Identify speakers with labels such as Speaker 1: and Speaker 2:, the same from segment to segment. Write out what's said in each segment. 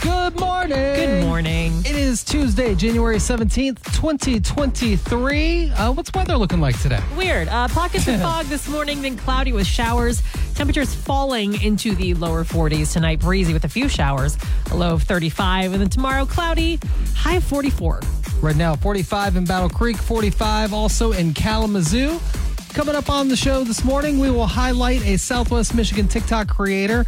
Speaker 1: Good morning.
Speaker 2: Good morning.
Speaker 1: It is Tuesday, January 17th, 2023. Uh, what's weather looking like today?
Speaker 2: Weird. Uh, pockets of fog this morning, then cloudy with showers. Temperatures falling into the lower 40s tonight. Breezy with a few showers. A low of 35, and then tomorrow cloudy. High of 44.
Speaker 1: Right now, 45 in Battle Creek, 45 also in Kalamazoo. Coming up on the show this morning, we will highlight a Southwest Michigan TikTok creator.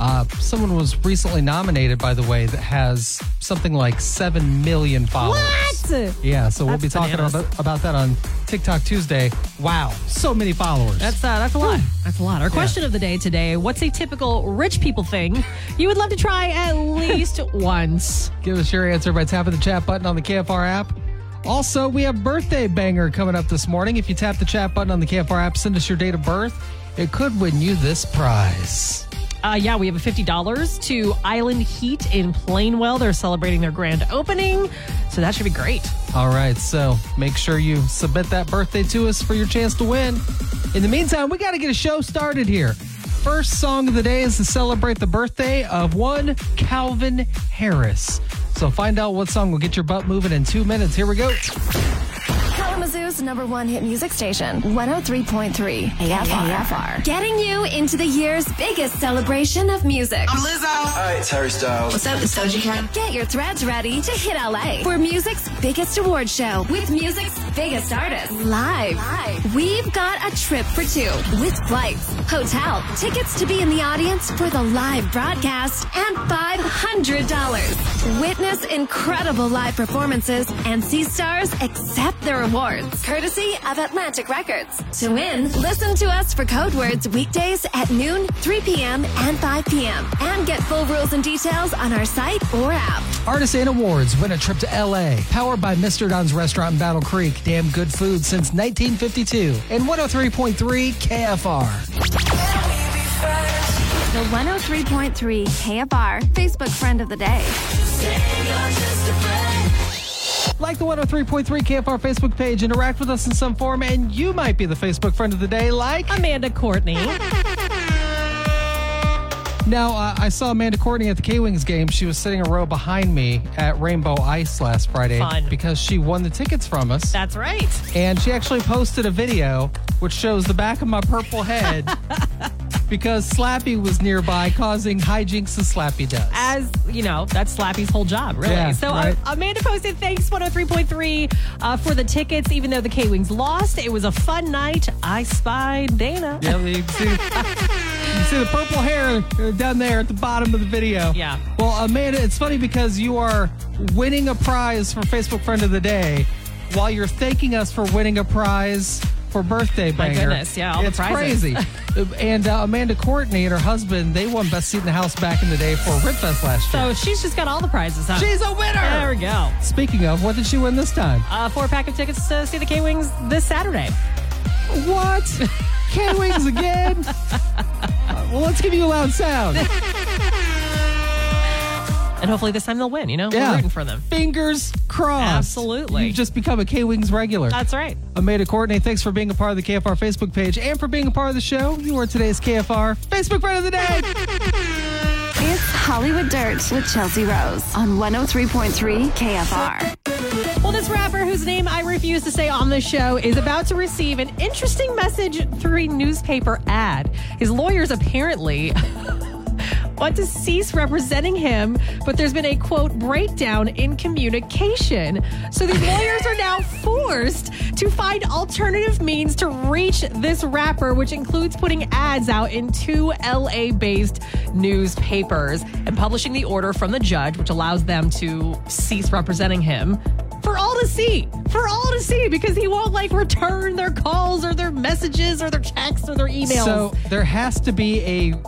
Speaker 1: Uh, someone was recently nominated, by the way, that has something like 7 million followers.
Speaker 2: What?
Speaker 1: Yeah, so we'll
Speaker 2: That's
Speaker 1: be talking
Speaker 2: bananas.
Speaker 1: about, about that on TikTok Tuesday. Wow, so many followers.
Speaker 2: That's uh, that's a lot. That's a lot. Our question of the day today: What's a typical rich people thing you would love to try at least once?
Speaker 1: Give us your answer by tapping the chat button on the KFR app. Also, we have birthday banger coming up this morning. If you tap the chat button on the KFR app, send us your date of birth. It could win you this prize.
Speaker 2: Uh, yeah, we have a fifty dollars to Island Heat in Plainwell. They're celebrating their grand opening, so that should be great.
Speaker 1: All right, so make sure you submit that birthday to us for your chance to win. In the meantime, we got to get a show started here. First song of the day is to celebrate the birthday of one Calvin Harris. So find out what song will get your butt moving in two minutes. Here we go.
Speaker 3: Kalamazoo's number one hit music station, 103.3 KFR. Getting you into the year's biggest celebration of music.
Speaker 4: Hi, it's Harry Styles.
Speaker 5: What's up? It's Doja Cat.
Speaker 3: Get your threads ready to hit LA for music's biggest award show with music's biggest artists live. We've got a trip for two with flights, hotel, tickets to be in the audience for the live broadcast, and $500. Witness incredible live performances and see stars accept their awards courtesy of Atlantic Records. To win, listen to us for code words weekdays at noon, 3 p.m., and 5 p.m. and get full rules and details on our site or app.
Speaker 1: Artisan Awards win a trip to LA. Powered by Mr. Don's Restaurant in Battle Creek. Damn good food since 1952. And 103.3 KFR.
Speaker 3: The 103.3 KFR Facebook friend of the day.
Speaker 1: Like the 103.3 KFR Facebook page, interact with us in some form, and you might be the Facebook friend of the day. Like.
Speaker 2: Amanda Courtney.
Speaker 1: Now, uh, I saw Amanda Courtney at the K Wings game. She was sitting a row behind me at Rainbow Ice last Friday
Speaker 2: Fun.
Speaker 1: because she won the tickets from us.
Speaker 2: That's right.
Speaker 1: And she actually posted a video which shows the back of my purple head because Slappy was nearby causing hijinks as Slappy does.
Speaker 2: as you know, that's Slappy's whole job, really.
Speaker 1: Yeah,
Speaker 2: so
Speaker 1: right.
Speaker 2: uh, Amanda posted thanks 103.3 uh, for the tickets, even though the K Wings lost. It was a fun night. I spied Dana.
Speaker 1: Yeah, you can see, you can see the purple hair uh, down there at the bottom of the video.
Speaker 2: Yeah.
Speaker 1: Well, Amanda, it's funny because you are winning a prize for Facebook Friend of the Day while you're thanking us for winning a prize for birthday
Speaker 2: My
Speaker 1: banger.
Speaker 2: goodness, yeah, all the
Speaker 1: it's
Speaker 2: prizes.
Speaker 1: crazy. Uh, and uh, Amanda Courtney and her husband, they won best seat in the house back in the day for Rip Fest last year.
Speaker 2: So she's just got all the prizes, huh?
Speaker 1: She's a winner.
Speaker 2: there we go.
Speaker 1: Speaking of, what did she win this time?
Speaker 2: Uh, four pack of tickets to see the K Wings this Saturday.
Speaker 1: What? K Wings again? Uh, well, let's give you a loud sound.
Speaker 2: And hopefully this time they'll win, you know?
Speaker 1: Yeah.
Speaker 2: We're rooting for them.
Speaker 1: Fingers crossed.
Speaker 2: Absolutely.
Speaker 1: You've just become a K Wings regular.
Speaker 2: That's right.
Speaker 1: Amanda Courtney, thanks for being a part of the KFR Facebook page and for being a part of the show. You are today's KFR Facebook friend of the day.
Speaker 3: It's Hollywood Dirt with Chelsea Rose on 103.3 KFR.
Speaker 2: Well, this rapper, whose name I refuse to say on the show, is about to receive an interesting message through a newspaper ad. His lawyers apparently want to cease representing him, but there's been a quote breakdown in communication. So these lawyers are now forced to find alternative means to reach this rapper, which includes putting ads out in two LA based newspapers and publishing the order from the judge, which allows them to cease representing him for all to see, for all to see, because he won't like return their calls or their messages or their texts or their emails.
Speaker 1: So there has to be a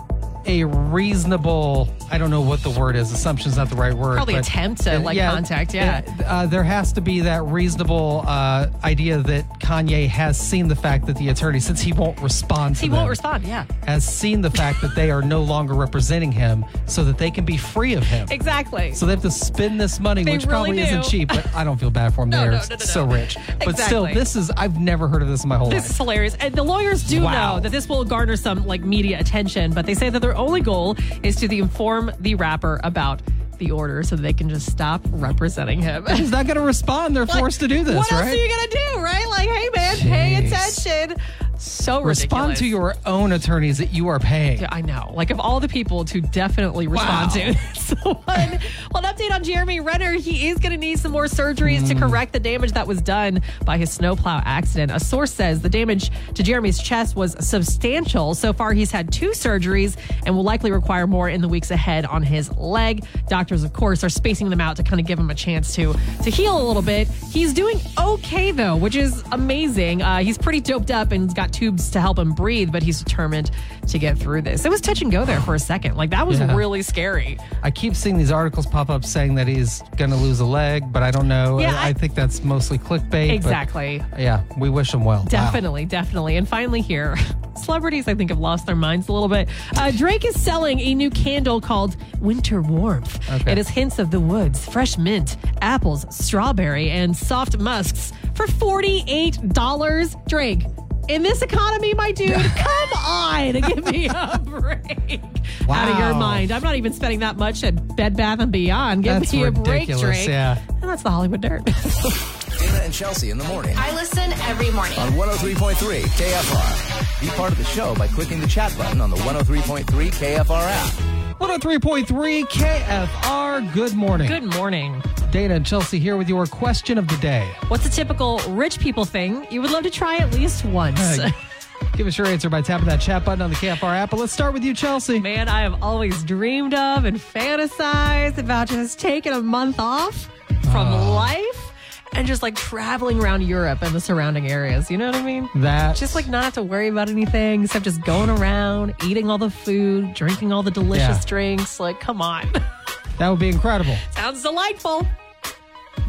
Speaker 1: a reasonable I don't know what the word is. Assumption's not the right word.
Speaker 2: Probably attempt to, like, contact, yeah.
Speaker 1: Uh, there has to be that reasonable uh, idea that Kanye has seen the fact that the attorney, since he won't respond to
Speaker 2: He won't
Speaker 1: them,
Speaker 2: respond. Yeah.
Speaker 1: has seen the fact that they are no longer representing him so that they can be free of him.
Speaker 2: Exactly.
Speaker 1: So they have to spend this money,
Speaker 2: They
Speaker 1: which
Speaker 2: really
Speaker 1: probably isn't
Speaker 2: do.
Speaker 1: cheap, but I don't feel bad for them.
Speaker 2: No,
Speaker 1: They're
Speaker 2: no, no, no, no.
Speaker 1: so rich. But still,
Speaker 2: Exactly.
Speaker 1: this is, I've never heard of this in my whole
Speaker 2: This is
Speaker 1: life.
Speaker 2: hilarious. And the lawyers do
Speaker 1: Wow.
Speaker 2: know that this will garner some like media attention, but they say that their only goal is to inform the rapper about the order so that they can just stop representing him.
Speaker 1: He's not going to respond. They're forced to do this,
Speaker 2: what
Speaker 1: right?
Speaker 2: else are you gonna do, right? Like, hey man, pay
Speaker 1: Jeez.
Speaker 2: attention. So
Speaker 1: respond
Speaker 2: ridiculous.
Speaker 1: to your own attorneys that you are paying.
Speaker 2: Yeah, I know. Like, of all the people to definitely respond
Speaker 1: Wow.
Speaker 2: to, it's the one. Well, an update on Jeremy Renner. He is going to need some more surgeries to correct the damage that was done by his snowplow accident. A source says the damage to Jeremy's chest was substantial. So far, he's had two surgeries and will likely require more in the weeks ahead on his leg. Doctors, of course, are spacing them out to kind of give him a chance to to heal a little bit. He's doing okay though, which is amazing. Uh, he's pretty doped up and he's got tubes to help him breathe, but he's determined to get through this. It was touch and go there for a second. Like that was
Speaker 1: Yeah.
Speaker 2: really scary.
Speaker 1: I keep seeing these articles pop up saying that he's going to lose a leg, but I don't know.
Speaker 2: Yeah,
Speaker 1: I,
Speaker 2: I-
Speaker 1: I think that's mostly clickbait. but
Speaker 2: Exactly.
Speaker 1: yeah, we wish him well. Wow.
Speaker 2: Definitely, definitely. And finally, here, celebrities, I think, have lost their minds a little bit. Uh, Drake is selling a new candle called Winter Warmth.
Speaker 1: Okay.
Speaker 2: It has hints of the woods, fresh mint, apples, strawberry, and soft musks for $48. Drake, in this economy, my dude, come on, give me a break. Out of your
Speaker 1: Wow.
Speaker 2: mind. I'm not even spending that much at Bed Bath and Beyond. Give
Speaker 1: That's
Speaker 2: me a break,
Speaker 1: ridiculous,
Speaker 2: Drake.
Speaker 1: yeah.
Speaker 2: And that's the Hollywood Dirt.
Speaker 6: Dana and Chelsea in the morning
Speaker 3: I listen every morning.
Speaker 6: on 103.3 KFR. Be part of the show by clicking the chat button on the 103.3 KFR app.
Speaker 1: 103.3 KFR. Good morning.
Speaker 2: Good morning.
Speaker 1: Dana and Chelsea here with your question of the day.
Speaker 2: What's a typical rich people thing you would love to try at least once?
Speaker 1: Uh, Give us your answer by tapping that chat button on the KFR app. But let's start with you, Chelsea.
Speaker 2: Man, I have always dreamed of and fantasized about just taking a month off from
Speaker 1: Ah.
Speaker 2: life and just like traveling around Europe and the surrounding areas. You know what I mean?
Speaker 1: That
Speaker 2: Just like not have to worry about anything except just going around, eating all the food, drinking all the delicious
Speaker 1: Yeah.
Speaker 2: drinks. Like, come on.
Speaker 1: that would be incredible.
Speaker 2: Sounds delightful.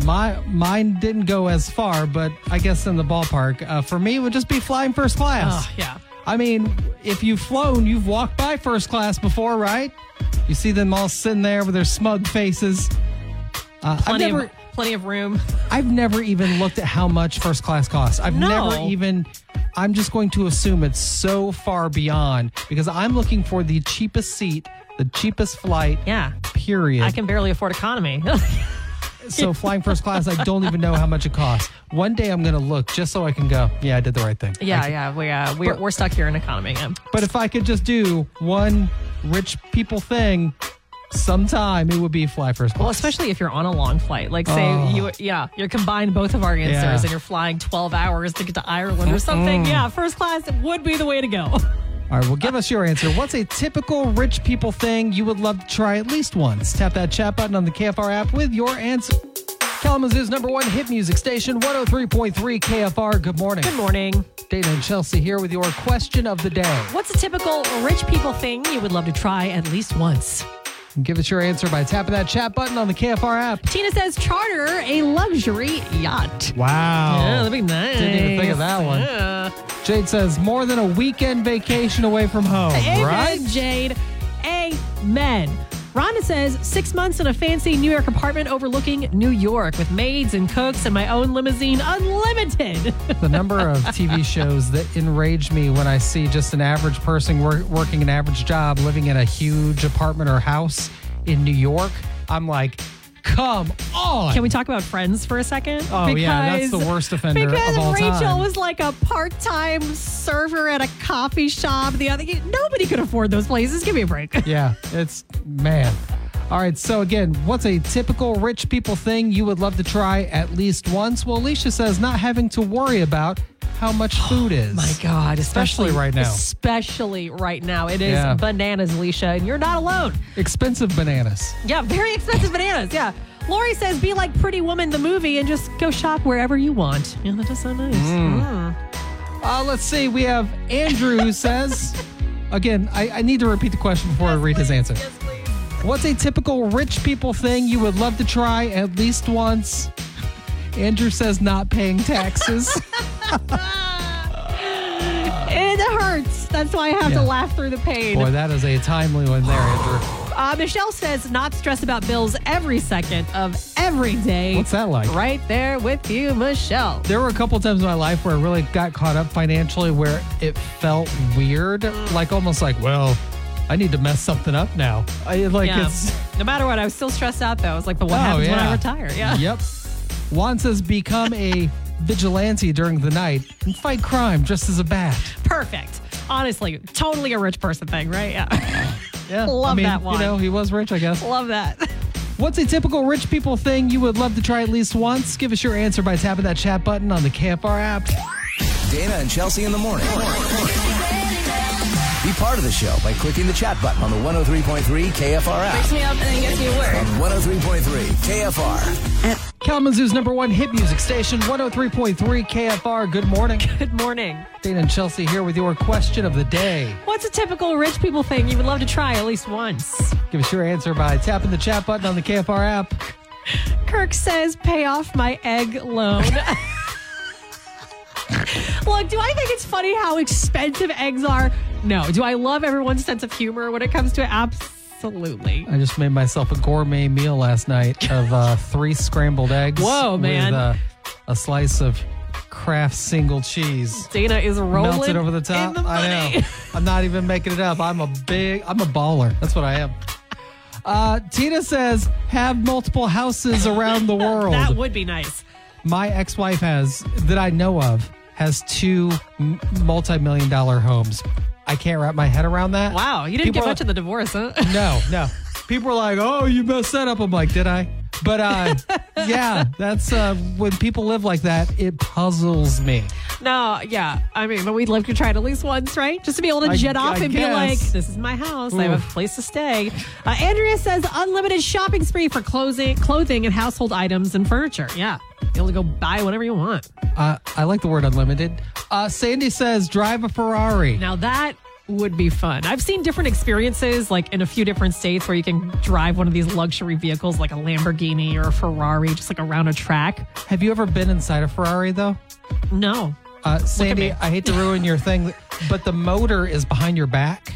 Speaker 1: My mine didn't go as far, but I guess in the ballpark. Uh, for me, it would just be flying first class.
Speaker 2: Oh, yeah.
Speaker 1: I mean, if you've flown, you've walked by first class before, right? You see them all sitting there with their smug faces. Uh, I've
Speaker 2: Plenty,
Speaker 1: never,
Speaker 2: of, plenty of room.
Speaker 1: I've never even looked at how much first class costs. I've
Speaker 2: No.
Speaker 1: never even. I'm just going to assume it's so far beyond because I'm looking for the cheapest seat, the cheapest flight.
Speaker 2: Yeah.
Speaker 1: Period.
Speaker 2: I can barely afford economy.
Speaker 1: so flying first class, I don't even know how much it costs. One day I'm going to look just so I can go. Yeah, I did the right thing.
Speaker 2: Yeah,
Speaker 1: I-
Speaker 2: yeah, we uh, we're, we're stuck here in economy. Yeah.
Speaker 1: But if I could just do one rich people thing sometime, it would be fly first class.
Speaker 2: Well, especially if you're on a long flight, like say
Speaker 1: Oh.
Speaker 2: you, yeah, you're combined both of our answers
Speaker 1: Yeah.
Speaker 2: and you're flying 12 hours to get to Ireland or something. Yeah, first class would be the way to go.
Speaker 1: All right, well, give us your answer. What's a typical rich people thing you would love to try at least once? Tap that chat button on the KFR app with your answer. Kalamazoo's number one hit music station, 103.3 KFR. Good morning.
Speaker 2: Good morning.
Speaker 1: Dana and Chelsea here with your question of the day.
Speaker 2: What's a typical rich people thing you would love to try at least once?
Speaker 1: Give us your answer by tapping that chat button on the KFR app.
Speaker 2: Tina says charter a luxury yacht. Yeah,
Speaker 1: Wow.
Speaker 2: that'd be nice.
Speaker 1: Oh. Didn't even think of that one.
Speaker 2: Yeah.
Speaker 1: Jade says more than a weekend vacation away from home,
Speaker 2: Amen,
Speaker 1: right?
Speaker 2: Jade. Amen. Rhonda says, six months in a fancy New York apartment overlooking New York with maids and cooks and my own limousine unlimited.
Speaker 1: The number of TV shows that enrage me when I see just an average person wor- working an average job, living in a huge apartment or house in New York, I'm like, come on.
Speaker 2: Can we talk about friends for a second?
Speaker 1: Oh, yeah, that's the worst offender of
Speaker 2: because
Speaker 1: all
Speaker 2: Rachel
Speaker 1: time.
Speaker 2: was like a part-time server at a coffee shop. The other nobody could afford those places. Give me a break.
Speaker 1: yeah, it's man. All right, so again, what's a typical rich people thing you would love to try at least once? Well, Alicia says not having to worry about how much food is.
Speaker 2: My God, especially,
Speaker 1: Especially right now.
Speaker 2: Especially right now. It is
Speaker 1: Yeah.
Speaker 2: bananas, Alicia, and you're not alone.
Speaker 1: Expensive bananas.
Speaker 2: Yeah, very expensive bananas. Yeah. Lori says, be like Pretty Woman, the movie, and just go shop wherever you want. Yeah, that does sound nice.
Speaker 1: Mm. Uh, let's see. We have Andrew who says, again, I, I need to repeat the question before I read his answer. What's a typical rich people thing you would love to try at least once? Andrew says, not paying taxes.
Speaker 2: It hurts. That's why I have
Speaker 1: Yeah.
Speaker 2: to laugh through the pain.
Speaker 1: Boy, that is a timely one there, Andrew.
Speaker 2: Uh, Michelle says, not stress about bills every second of every day.
Speaker 1: What's that like?
Speaker 2: Right there with you, Michelle.
Speaker 1: There were a couple times in my life where I really got caught up financially where it felt weird, like almost like, well, I need to mess something up now. I like
Speaker 2: Yeah.
Speaker 1: it's
Speaker 2: No matter what, I was still stressed out though. I was like, but what
Speaker 1: Oh,
Speaker 2: happens when
Speaker 1: yeah.
Speaker 2: I retire? Yeah.
Speaker 1: Yep. Juan says become a vigilante during the night and fight crime just as a bat.
Speaker 2: Perfect. Honestly, totally a rich person thing, right? Yeah.
Speaker 1: Yeah. I
Speaker 2: Love
Speaker 1: mean,
Speaker 2: that
Speaker 1: You
Speaker 2: one.
Speaker 1: know, he was rich, I guess.
Speaker 2: Love that.
Speaker 1: What's a typical rich people thing you would love to try at least once? Give us your answer by tapping that chat button on the KFR app.
Speaker 6: Dana and Chelsea in the morning. Be part of the show by clicking the chat button on the 103.3 KFR app.
Speaker 5: me up and then gets me to work.
Speaker 6: On 103.3 KFR.
Speaker 1: Kalamazoo's number one oh hit music station, 103.3 KFR. Good morning.
Speaker 2: Good morning.
Speaker 1: Dana and Chelsea here with your question of the day.
Speaker 2: What's a typical rich people thing you would love to try at least once?
Speaker 1: Give us your answer by tapping the chat button on the KFR app.
Speaker 2: Kirk says, pay off my egg loan. Look, do I think it's funny how expensive eggs are? No. Do I love everyone's sense of humor when it comes to it? Absolutely.
Speaker 1: I just made myself a gourmet meal last night of uh, three scrambled eggs.
Speaker 2: Whoa, man.
Speaker 1: With, uh, a slice of Kraft single cheese.
Speaker 2: Dana is rolling
Speaker 1: Melted over the top.
Speaker 2: in the
Speaker 1: I
Speaker 2: money.
Speaker 1: know. I'm not even making it up. I'm a big, I'm a baller. That's what I am. Uh, Tina says, have multiple houses around the world.
Speaker 2: That would be nice.
Speaker 1: My ex wife has, that I know of, has two multi million dollar homes. I can't wrap my head around that.
Speaker 2: Wow, you didn't
Speaker 1: People
Speaker 2: get
Speaker 1: are-
Speaker 2: much of the divorce, huh?
Speaker 1: No, no. People are like, "Oh, you messed that up." I'm like, "Did I?" But uh, yeah, that's uh, when people live like that. It puzzles me.
Speaker 2: no, yeah. I mean, but we'd love to try it at least once, right? Just to be able to
Speaker 1: I-
Speaker 2: jet off
Speaker 1: I
Speaker 2: and be
Speaker 1: guess.
Speaker 2: like, "This is my house. I have
Speaker 1: Oof.
Speaker 2: a place to stay." Uh, Andrea says unlimited shopping spree for clothing, clothing and household items and furniture. Yeah, be able to go buy whatever you want.
Speaker 1: Uh, I like the word unlimited. Uh, Sandy says, "Drive a Ferrari."
Speaker 2: Now that would be fun. I've seen different experiences, like in a few different states, where you can drive one of these luxury vehicles, like a Lamborghini or a Ferrari, just like around a track.
Speaker 1: Have you ever been inside a Ferrari though?
Speaker 2: No,
Speaker 1: Uh, Sandy,
Speaker 2: me.
Speaker 1: I hate to ruin your thing, but the motor is behind your back.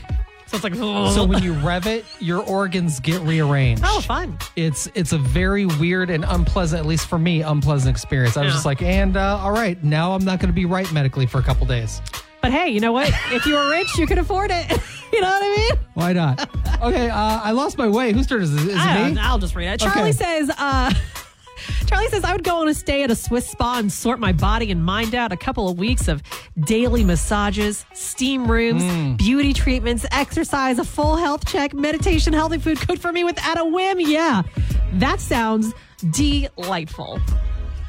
Speaker 2: so it's like
Speaker 1: So when you rev it, your organs get rearranged.
Speaker 2: oh, fun.
Speaker 1: it's it's a very weird and unpleasant, at least for me, unpleasant experience. I was
Speaker 2: Yeah.
Speaker 1: just like, and uh, all right, now I'm not going to be right medically for a couple days.
Speaker 2: But hey, you know what? if you were rich, you could afford it. you know what I mean?
Speaker 1: Why not? okay, uh, I lost my way. Whose turn is it? Is it
Speaker 2: I don't
Speaker 1: me?
Speaker 2: know. I'll just read it.
Speaker 1: Okay.
Speaker 2: Charlie says, uh, Charlie says, I would go on a stay at a Swiss spa and sort my body and mind out. A couple of weeks of daily massages, steam rooms,
Speaker 1: Hmm.
Speaker 2: beauty treatments, exercise, a full health check, meditation, healthy food cooked for me without a whim. Yeah, that sounds delightful.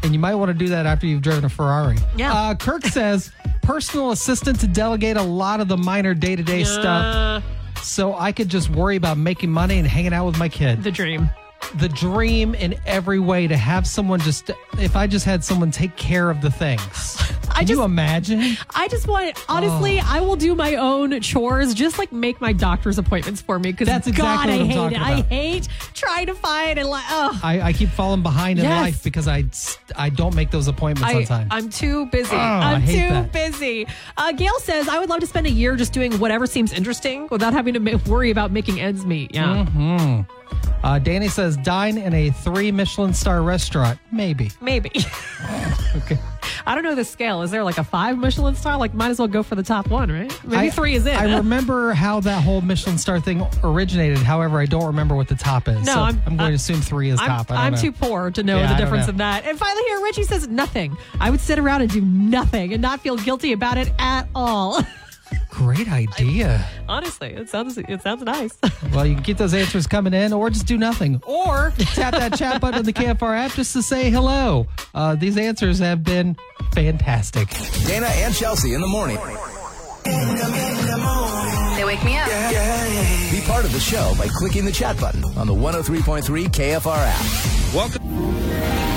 Speaker 1: And you might want to do that after you've driven a Ferrari.
Speaker 2: Yeah.
Speaker 1: Uh, Kirk says personal assistant to delegate a lot of the minor day to day
Speaker 2: Uh,
Speaker 1: stuff. So I could just worry about making money and hanging out with my kid.
Speaker 2: The dream.
Speaker 1: the dream in every way to have someone just if I just had someone take care of the things.
Speaker 2: I
Speaker 1: Can you Oh.
Speaker 2: just-
Speaker 1: imagine?
Speaker 2: I just want, honestly, I will do my own chores. Just like make my doctor's appointments for me because
Speaker 1: That's exactly
Speaker 2: God,
Speaker 1: what I'm
Speaker 2: I hate
Speaker 1: talking
Speaker 2: it.
Speaker 1: about.
Speaker 2: I hate trying to find and like, oh,
Speaker 1: I, I keep falling behind in
Speaker 2: Yes.
Speaker 1: life because I s- I don't make those appointments on
Speaker 2: I,
Speaker 1: time. Oh,
Speaker 2: I'm too busy.
Speaker 1: I
Speaker 2: I'm
Speaker 1: hate
Speaker 2: too
Speaker 1: that.
Speaker 2: busy. Uh, Gail says, I would love to spend a year just doing whatever seems interesting without having to ma- worry about making ends meet. Yeah.
Speaker 1: Mm-hmm. uh, Danny says dine in a three Michelin star restaurant. Maybe.
Speaker 2: Maybe.
Speaker 1: Okay.
Speaker 2: I don't know the scale. Is there like a five Michelin star? Like, might as well go for the top one, right? Maybe
Speaker 1: I-
Speaker 2: three is it.
Speaker 1: I remember how that whole Michelin star thing originated. However, I don't remember what the top is.
Speaker 2: No,
Speaker 1: so
Speaker 2: I'm-
Speaker 1: going
Speaker 2: I-
Speaker 1: to assume three is
Speaker 2: I'm,
Speaker 1: top. I
Speaker 2: I'm
Speaker 1: don't know.
Speaker 2: too poor to know
Speaker 1: Yeah, I
Speaker 2: the
Speaker 1: don't
Speaker 2: difference
Speaker 1: know.
Speaker 2: in that. And finally, here, Richie says nothing. I would sit around and do nothing and not feel guilty about it at all.
Speaker 1: Great idea.
Speaker 2: Honestly, it sounds it sounds nice.
Speaker 1: Well, you can get those answers coming in, or just do nothing, or tap that chat button on the KFR app just to say hello. Uh, these answers have been fantastic.
Speaker 6: Dana and Chelsea in the morning.
Speaker 5: They wake me up.
Speaker 6: Be part of the show by clicking the chat button on the 103.3 KFR app.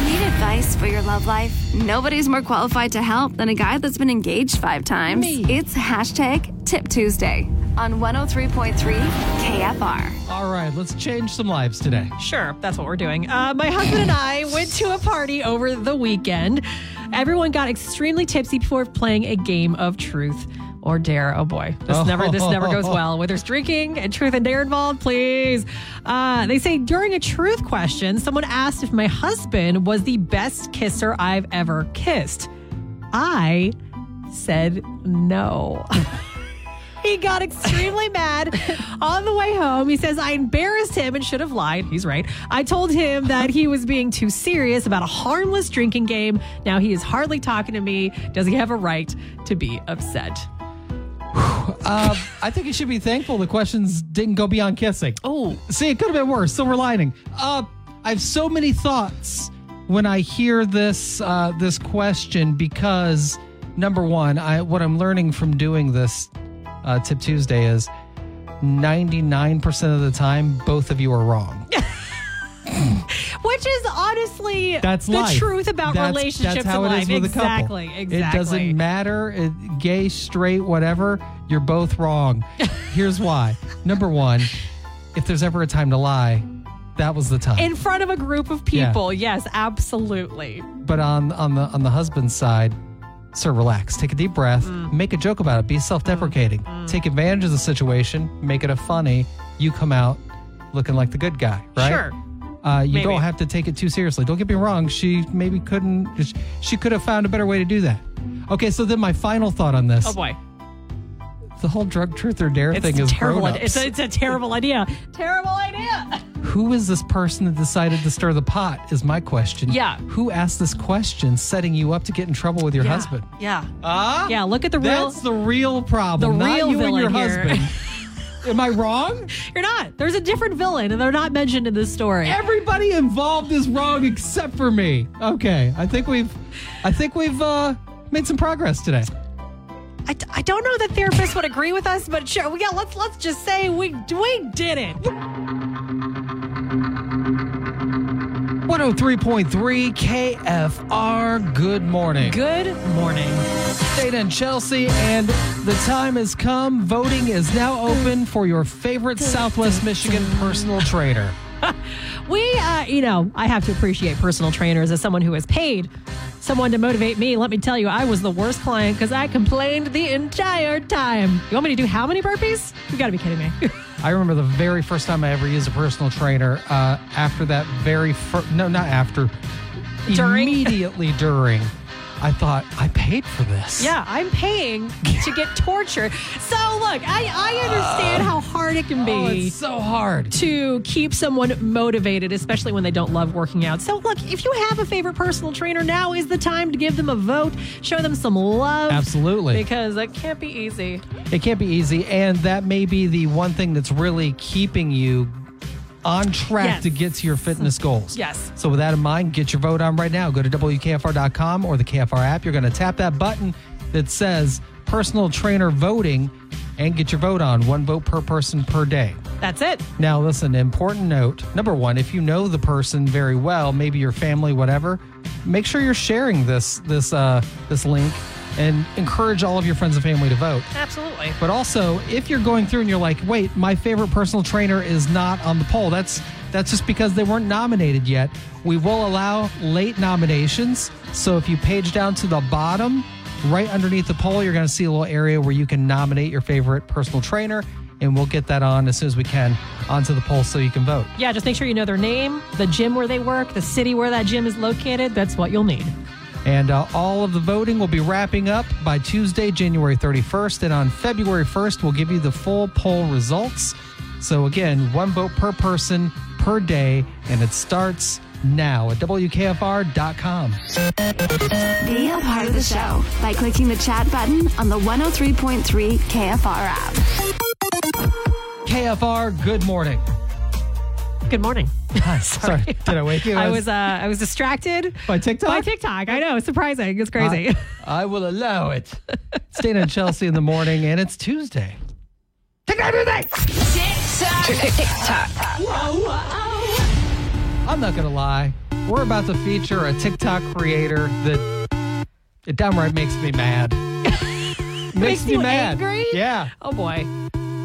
Speaker 3: Need advice for your love life? Nobody's more qualified to help than a guy that's been engaged five times. It's hashtag Tip Tuesday on 103.3 KFR.
Speaker 1: All right, let's change some lives today.
Speaker 2: Sure, that's what we're doing. Uh, my husband and I went to a party over the weekend. Everyone got extremely tipsy before playing a game of truth or dare. Oh boy, this never this never goes well. Where there's drinking and truth and dare involved, please. Uh, they say during a truth question, someone asked if my husband was the best kisser I've ever kissed. I said no. He got extremely mad on the way home. He says, I embarrassed him and should have lied. He's right. I told him that he was being too serious about a harmless drinking game. Now he is hardly talking to me. Does he have a right to be upset?
Speaker 1: Uh, I think you should be thankful the questions didn't go beyond kissing.
Speaker 2: Oh.
Speaker 1: See, it could have been worse. Silver lining. Uh, I have so many thoughts when I hear this uh, this question because number one, I what I'm learning from doing this uh, Tip Tuesday is 99% of the time both of you are wrong.
Speaker 2: Which is honestly
Speaker 1: That's
Speaker 2: the
Speaker 1: life.
Speaker 2: truth about
Speaker 1: That's-
Speaker 2: relationships
Speaker 1: That's how
Speaker 2: in
Speaker 1: it
Speaker 2: life.
Speaker 1: is with
Speaker 2: exactly.
Speaker 1: a couple.
Speaker 2: Exactly.
Speaker 1: It doesn't matter, it, gay, straight, whatever. You're both wrong. Here's why. Number one, if there's ever a time to lie, that was the time.
Speaker 2: In front of a group of
Speaker 1: Yeah.
Speaker 2: people. Yes, absolutely.
Speaker 1: but on on the on the husband's side, sir, relax, take a deep breath,
Speaker 2: Mm.
Speaker 1: make a joke about it, be self-deprecating, take advantage of the situation, make it a funny. You come out looking like the good guy, right?
Speaker 2: Sure.
Speaker 1: Uh, you
Speaker 2: Maybe.
Speaker 1: don't have to take it too seriously. Don't get me wrong. She maybe couldn't. sh- She could have found a better way to do that. Okay, so then my final thought on this:
Speaker 2: Oh boy.
Speaker 1: the whole drug truth or dare
Speaker 2: It's
Speaker 1: thing is
Speaker 2: terrible.
Speaker 1: grown-ups.
Speaker 2: It's a, it's a terrible idea. terrible idea.
Speaker 1: Who is this person that decided to stir the pot? Is my question.
Speaker 2: Yeah.
Speaker 1: Who asked this question, setting you up to get in trouble with your
Speaker 2: Yeah.
Speaker 1: husband?
Speaker 2: Yeah.
Speaker 1: Ah.
Speaker 2: Yeah, look at the real.
Speaker 1: That's the real problem.
Speaker 2: The
Speaker 1: not
Speaker 2: real
Speaker 1: you and your
Speaker 2: villain here.
Speaker 1: husband. Am I wrong?
Speaker 2: You're not. There's a different villain, and they're not mentioned in this story.
Speaker 1: Everybody involved is wrong except for me. Okay, I think we've, I think we've uh, made some progress today.
Speaker 2: I, I don't know that therapists would agree with us, but sure. Yeah, let's let's just say we we did it.
Speaker 1: 103.3 KFR. Good morning.
Speaker 2: Good morning.
Speaker 1: State and Chelsea, and the time has come. Voting is now open for your favorite Southwest Michigan personal trainer.
Speaker 2: We, uh, you know, I have to appreciate personal trainers as someone who has paid someone to motivate me. Let me tell you, I was the worst client because I complained the entire time. You want me to do how many burpees? You got to be kidding me.
Speaker 1: I remember the very first time I ever used a personal trainer. Uh, after that very first, no, not after,
Speaker 2: During?
Speaker 1: immediately during, I thought I paid for this.
Speaker 2: Yeah, I'm paying to get tortured. So look, I, I understand how hard it can be.
Speaker 1: oh, it's so hard.
Speaker 2: to keep someone motivated, especially when they don't love working out. So, look, if you have a favorite personal trainer, now is the time to give them a vote, show them some love.
Speaker 1: Absolutely.
Speaker 2: Because it can't be easy.
Speaker 1: It can't be easy, and that may be the one thing that's really keeping you on track
Speaker 2: Yes.
Speaker 1: to get to your fitness goals.
Speaker 2: Yes.
Speaker 1: So with that in mind, get your vote on right now. Go to WKFR.com or the KFR app. You're going to tap that button that says personal trainer voting and get your vote on. One vote per person per day.
Speaker 2: That's it.
Speaker 1: Now, listen, important note. Number one, if you know the person very well, maybe your family, whatever, make sure you're sharing this this uh, this link and encourage all of your friends and family to vote.
Speaker 2: Absolutely.
Speaker 1: But also, if you're going through and you're like, wait, my favorite personal trainer is not on the poll. That's that's just because they weren't nominated yet. We will allow late nominations. So if you page down to the bottom, right underneath the poll, you're going to see a little area where you can nominate your favorite personal trainer, and we'll get that on as soon as we can onto the poll so you can vote.
Speaker 2: Yeah, just make sure you know their name, the gym where they work, the city where that gym is located. That's what you'll need.
Speaker 1: And uh, all of the voting will be wrapping up by Tuesday, January 31st. And on February 1st, we'll give you the full poll results. So, again, one vote per person per day. And it starts now at WKFR.com.
Speaker 3: Be a part of the show by clicking the chat button on the 103.3 KFR app.
Speaker 1: KFR, good morning.
Speaker 2: Good morning.
Speaker 1: Hi, sorry. Did I wake you?
Speaker 2: I was uh, I was distracted
Speaker 1: By TikTok?
Speaker 2: By TikTok. I know. It's surprising. It's crazy.
Speaker 1: I will allow it. It's Dana and Chelsea in the morning, and it's Tuesday. I'm not going to lie. We're about to feature a TikTok creator that it downright makes me mad. makes me
Speaker 2: you
Speaker 1: mad.
Speaker 2: angry?
Speaker 1: Yeah.
Speaker 2: oh boy.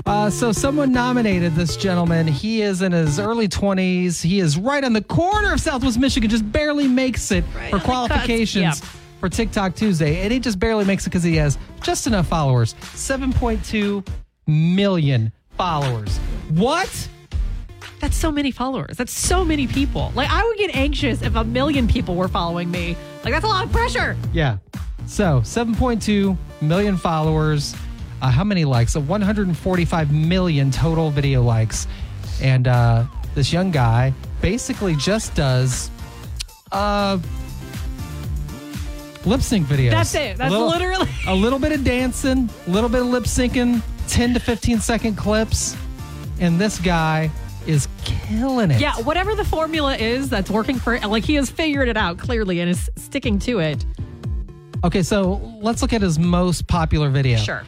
Speaker 1: Uh, so someone nominated this gentleman. He is in his early 20s. He is right on the corner of Southwest Michigan, just barely makes it for
Speaker 2: on the cusp.
Speaker 1: qualifications
Speaker 2: Yep.
Speaker 1: for TikTok Tuesday, and he just barely makes it because he has just enough followers 7.2 million followers. What?
Speaker 2: That's so many followers. That's so many people. Like, I would get anxious if a million people were following me. Like, that's a lot of pressure.
Speaker 1: Yeah. So 7.2 million followers. Uh, how many likes? Uh, 145 million total video likes. And uh, this young guy basically just does uh, lip sync videos.
Speaker 2: That's it. That's
Speaker 1: A little-
Speaker 2: literally-
Speaker 1: a little bit of dancing, a little bit of lip syncing, 10 to 15 second clips. And this guy is killing it.
Speaker 2: Yeah, whatever the formula is that's working for, like, he has figured it out clearly and is sticking to it.
Speaker 1: Okay, so let's look at his most popular video.
Speaker 2: Sure.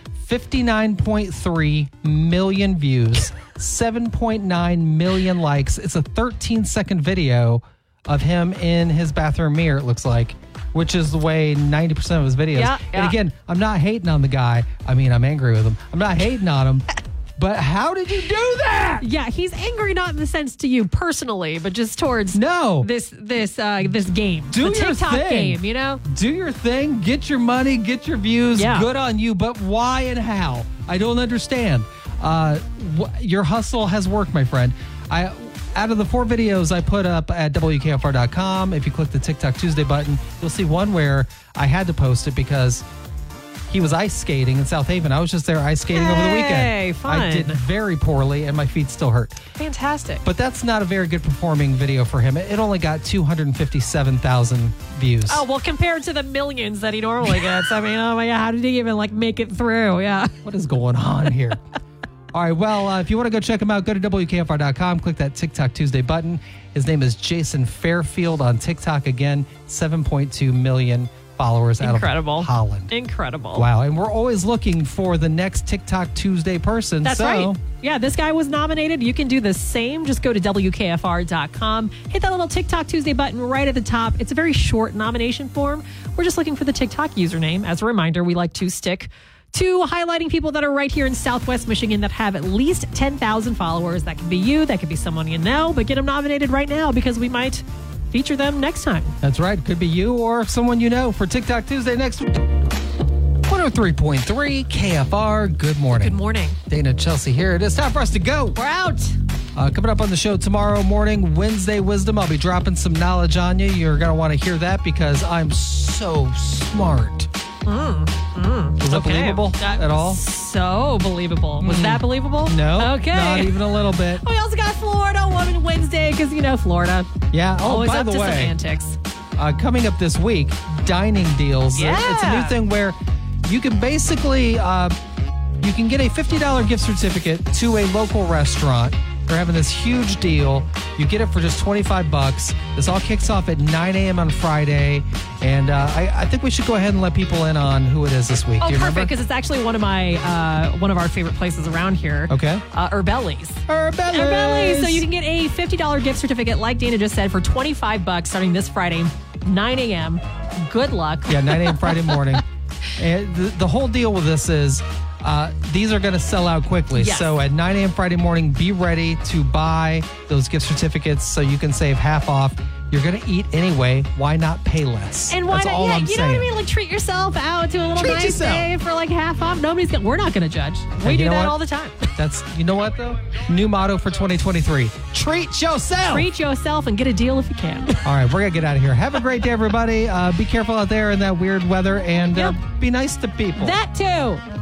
Speaker 1: 59.3 million views, 7.9 million likes. It's a 13 second video of him in his bathroom mirror, it looks like, which is the way 90% of his videos.
Speaker 2: Yeah,
Speaker 1: And
Speaker 2: yeah.
Speaker 1: again, I'm not hating on the guy. I mean, I'm angry with him. I'm not hating on him. But how did you do that?
Speaker 2: Yeah, he's angry not in the sense to you personally, but just towards
Speaker 1: No.
Speaker 2: this this uh this game.
Speaker 1: Do
Speaker 2: the
Speaker 1: your
Speaker 2: TikTok
Speaker 1: thing.
Speaker 2: game, you know?
Speaker 1: do your thing, get your money, get your views.
Speaker 2: Yeah.
Speaker 1: Good on you, but why and how? I don't understand. Uh, wh- your hustle has worked, my friend. I out of the four videos I put up at wkfr.com, if you click the TikTok Tuesday button, you'll see one where I had to post it because he was ice skating in South Haven. I was just there ice skating over the
Speaker 2: Hey,
Speaker 1: weekend. I
Speaker 2: fun.
Speaker 1: did very poorly, and my feet still hurt.
Speaker 2: Fantastic.
Speaker 1: But that's not a very good performing video for him. It it only got 257,000 views.
Speaker 2: Oh well, compared to the millions that he normally gets, I mean, oh my god, how did he even like make it through? Yeah,
Speaker 1: What is going on here? All right. Well, uh, if you want to go check him out, go to WKFR.com, click that TikTok Tuesday button. His name is Jason Fairfield on TikTok again, 7.2 million followers out
Speaker 2: incredible,
Speaker 1: of Holland.
Speaker 2: incredible.
Speaker 1: Wow. And we're always looking for the next TikTok Tuesday person.
Speaker 2: That's
Speaker 1: so
Speaker 2: right. Yeah, this guy was nominated. You can do the same. Just go to WKFR.com, hit that little TikTok Tuesday button right at the top. It's a very short nomination form. We're just looking for the TikTok username. As a reminder, we like to stick to highlighting people that are right here in Southwest Michigan that have at least 10,000 followers. That could be you, that could be someone you know, but get them nominated right now because we might feature them next time.
Speaker 1: That's right. Could be you or someone you know for TikTok Tuesday next week. 103.3 KFR. Good morning.
Speaker 2: Good morning.
Speaker 1: Dana Chelsea here. It is time for us to go.
Speaker 2: We're out.
Speaker 1: Uh, coming up on the show tomorrow morning, Wednesday Wisdom. I'll be dropping some knowledge on you. You're going to want to hear that because I'm so smart. Is that believable
Speaker 2: Mm, That
Speaker 1: at all? Mm.
Speaker 2: was So believable. Was that believable?
Speaker 1: No.
Speaker 2: Okay.
Speaker 1: Not even a little bit.
Speaker 2: Oh, We also got Florida Woman Wednesday because you know Florida
Speaker 1: Yeah. Oh,
Speaker 2: always
Speaker 1: by
Speaker 2: up
Speaker 1: the
Speaker 2: to some
Speaker 1: way,
Speaker 2: antics.
Speaker 1: uh, coming up this week, dining deals.
Speaker 2: Yeah.
Speaker 1: It's a new thing where you can basically uh, you can get a fifty dollar gift certificate to a local restaurant. They're having this huge deal. You get it for just twenty five bucks. This all kicks off at nine a.m. on Friday, and uh, I, I think we should go ahead and let people in on who it is this week.
Speaker 2: Oh,
Speaker 1: Do you
Speaker 2: perfect
Speaker 1: remember?
Speaker 2: because it's actually one of my uh, one of our favorite places around here.
Speaker 1: Okay.
Speaker 2: uh, Urbelli's.
Speaker 1: Arbellis.
Speaker 2: Urbelli's. So you can get a fifty dollar gift certificate, like Dana just said, for twenty five bucks starting this Friday, nine a.m. Good luck.
Speaker 1: Yeah, 9 a.m. Friday morning. And the, the whole deal with this is uh, these are going to sell out quickly.
Speaker 2: Yes.
Speaker 1: So at 9 a.m. Friday morning, be ready to buy those gift certificates so you can save half off. You're going to eat anyway. Why not pay less?
Speaker 2: And why
Speaker 1: That's
Speaker 2: not?
Speaker 1: all
Speaker 2: yeah,
Speaker 1: I'm
Speaker 2: you
Speaker 1: saying.
Speaker 2: know what I mean. Like treat yourself out to a little
Speaker 1: Treat
Speaker 2: nice
Speaker 1: yourself.
Speaker 2: day for like half off. Nobody's gonna. We're not gonna judge. We
Speaker 1: you
Speaker 2: do
Speaker 1: know
Speaker 2: that
Speaker 1: what?
Speaker 2: all the time.
Speaker 1: That's, you know what, though? New motto for 2023 treat yourself.
Speaker 2: treat yourself and get a deal if you can.
Speaker 1: All right, we're going to get out of here. Have a great day, everybody. Uh, be careful out there in that weird weather and uh,
Speaker 2: Yep.
Speaker 1: be nice to people.
Speaker 2: that too.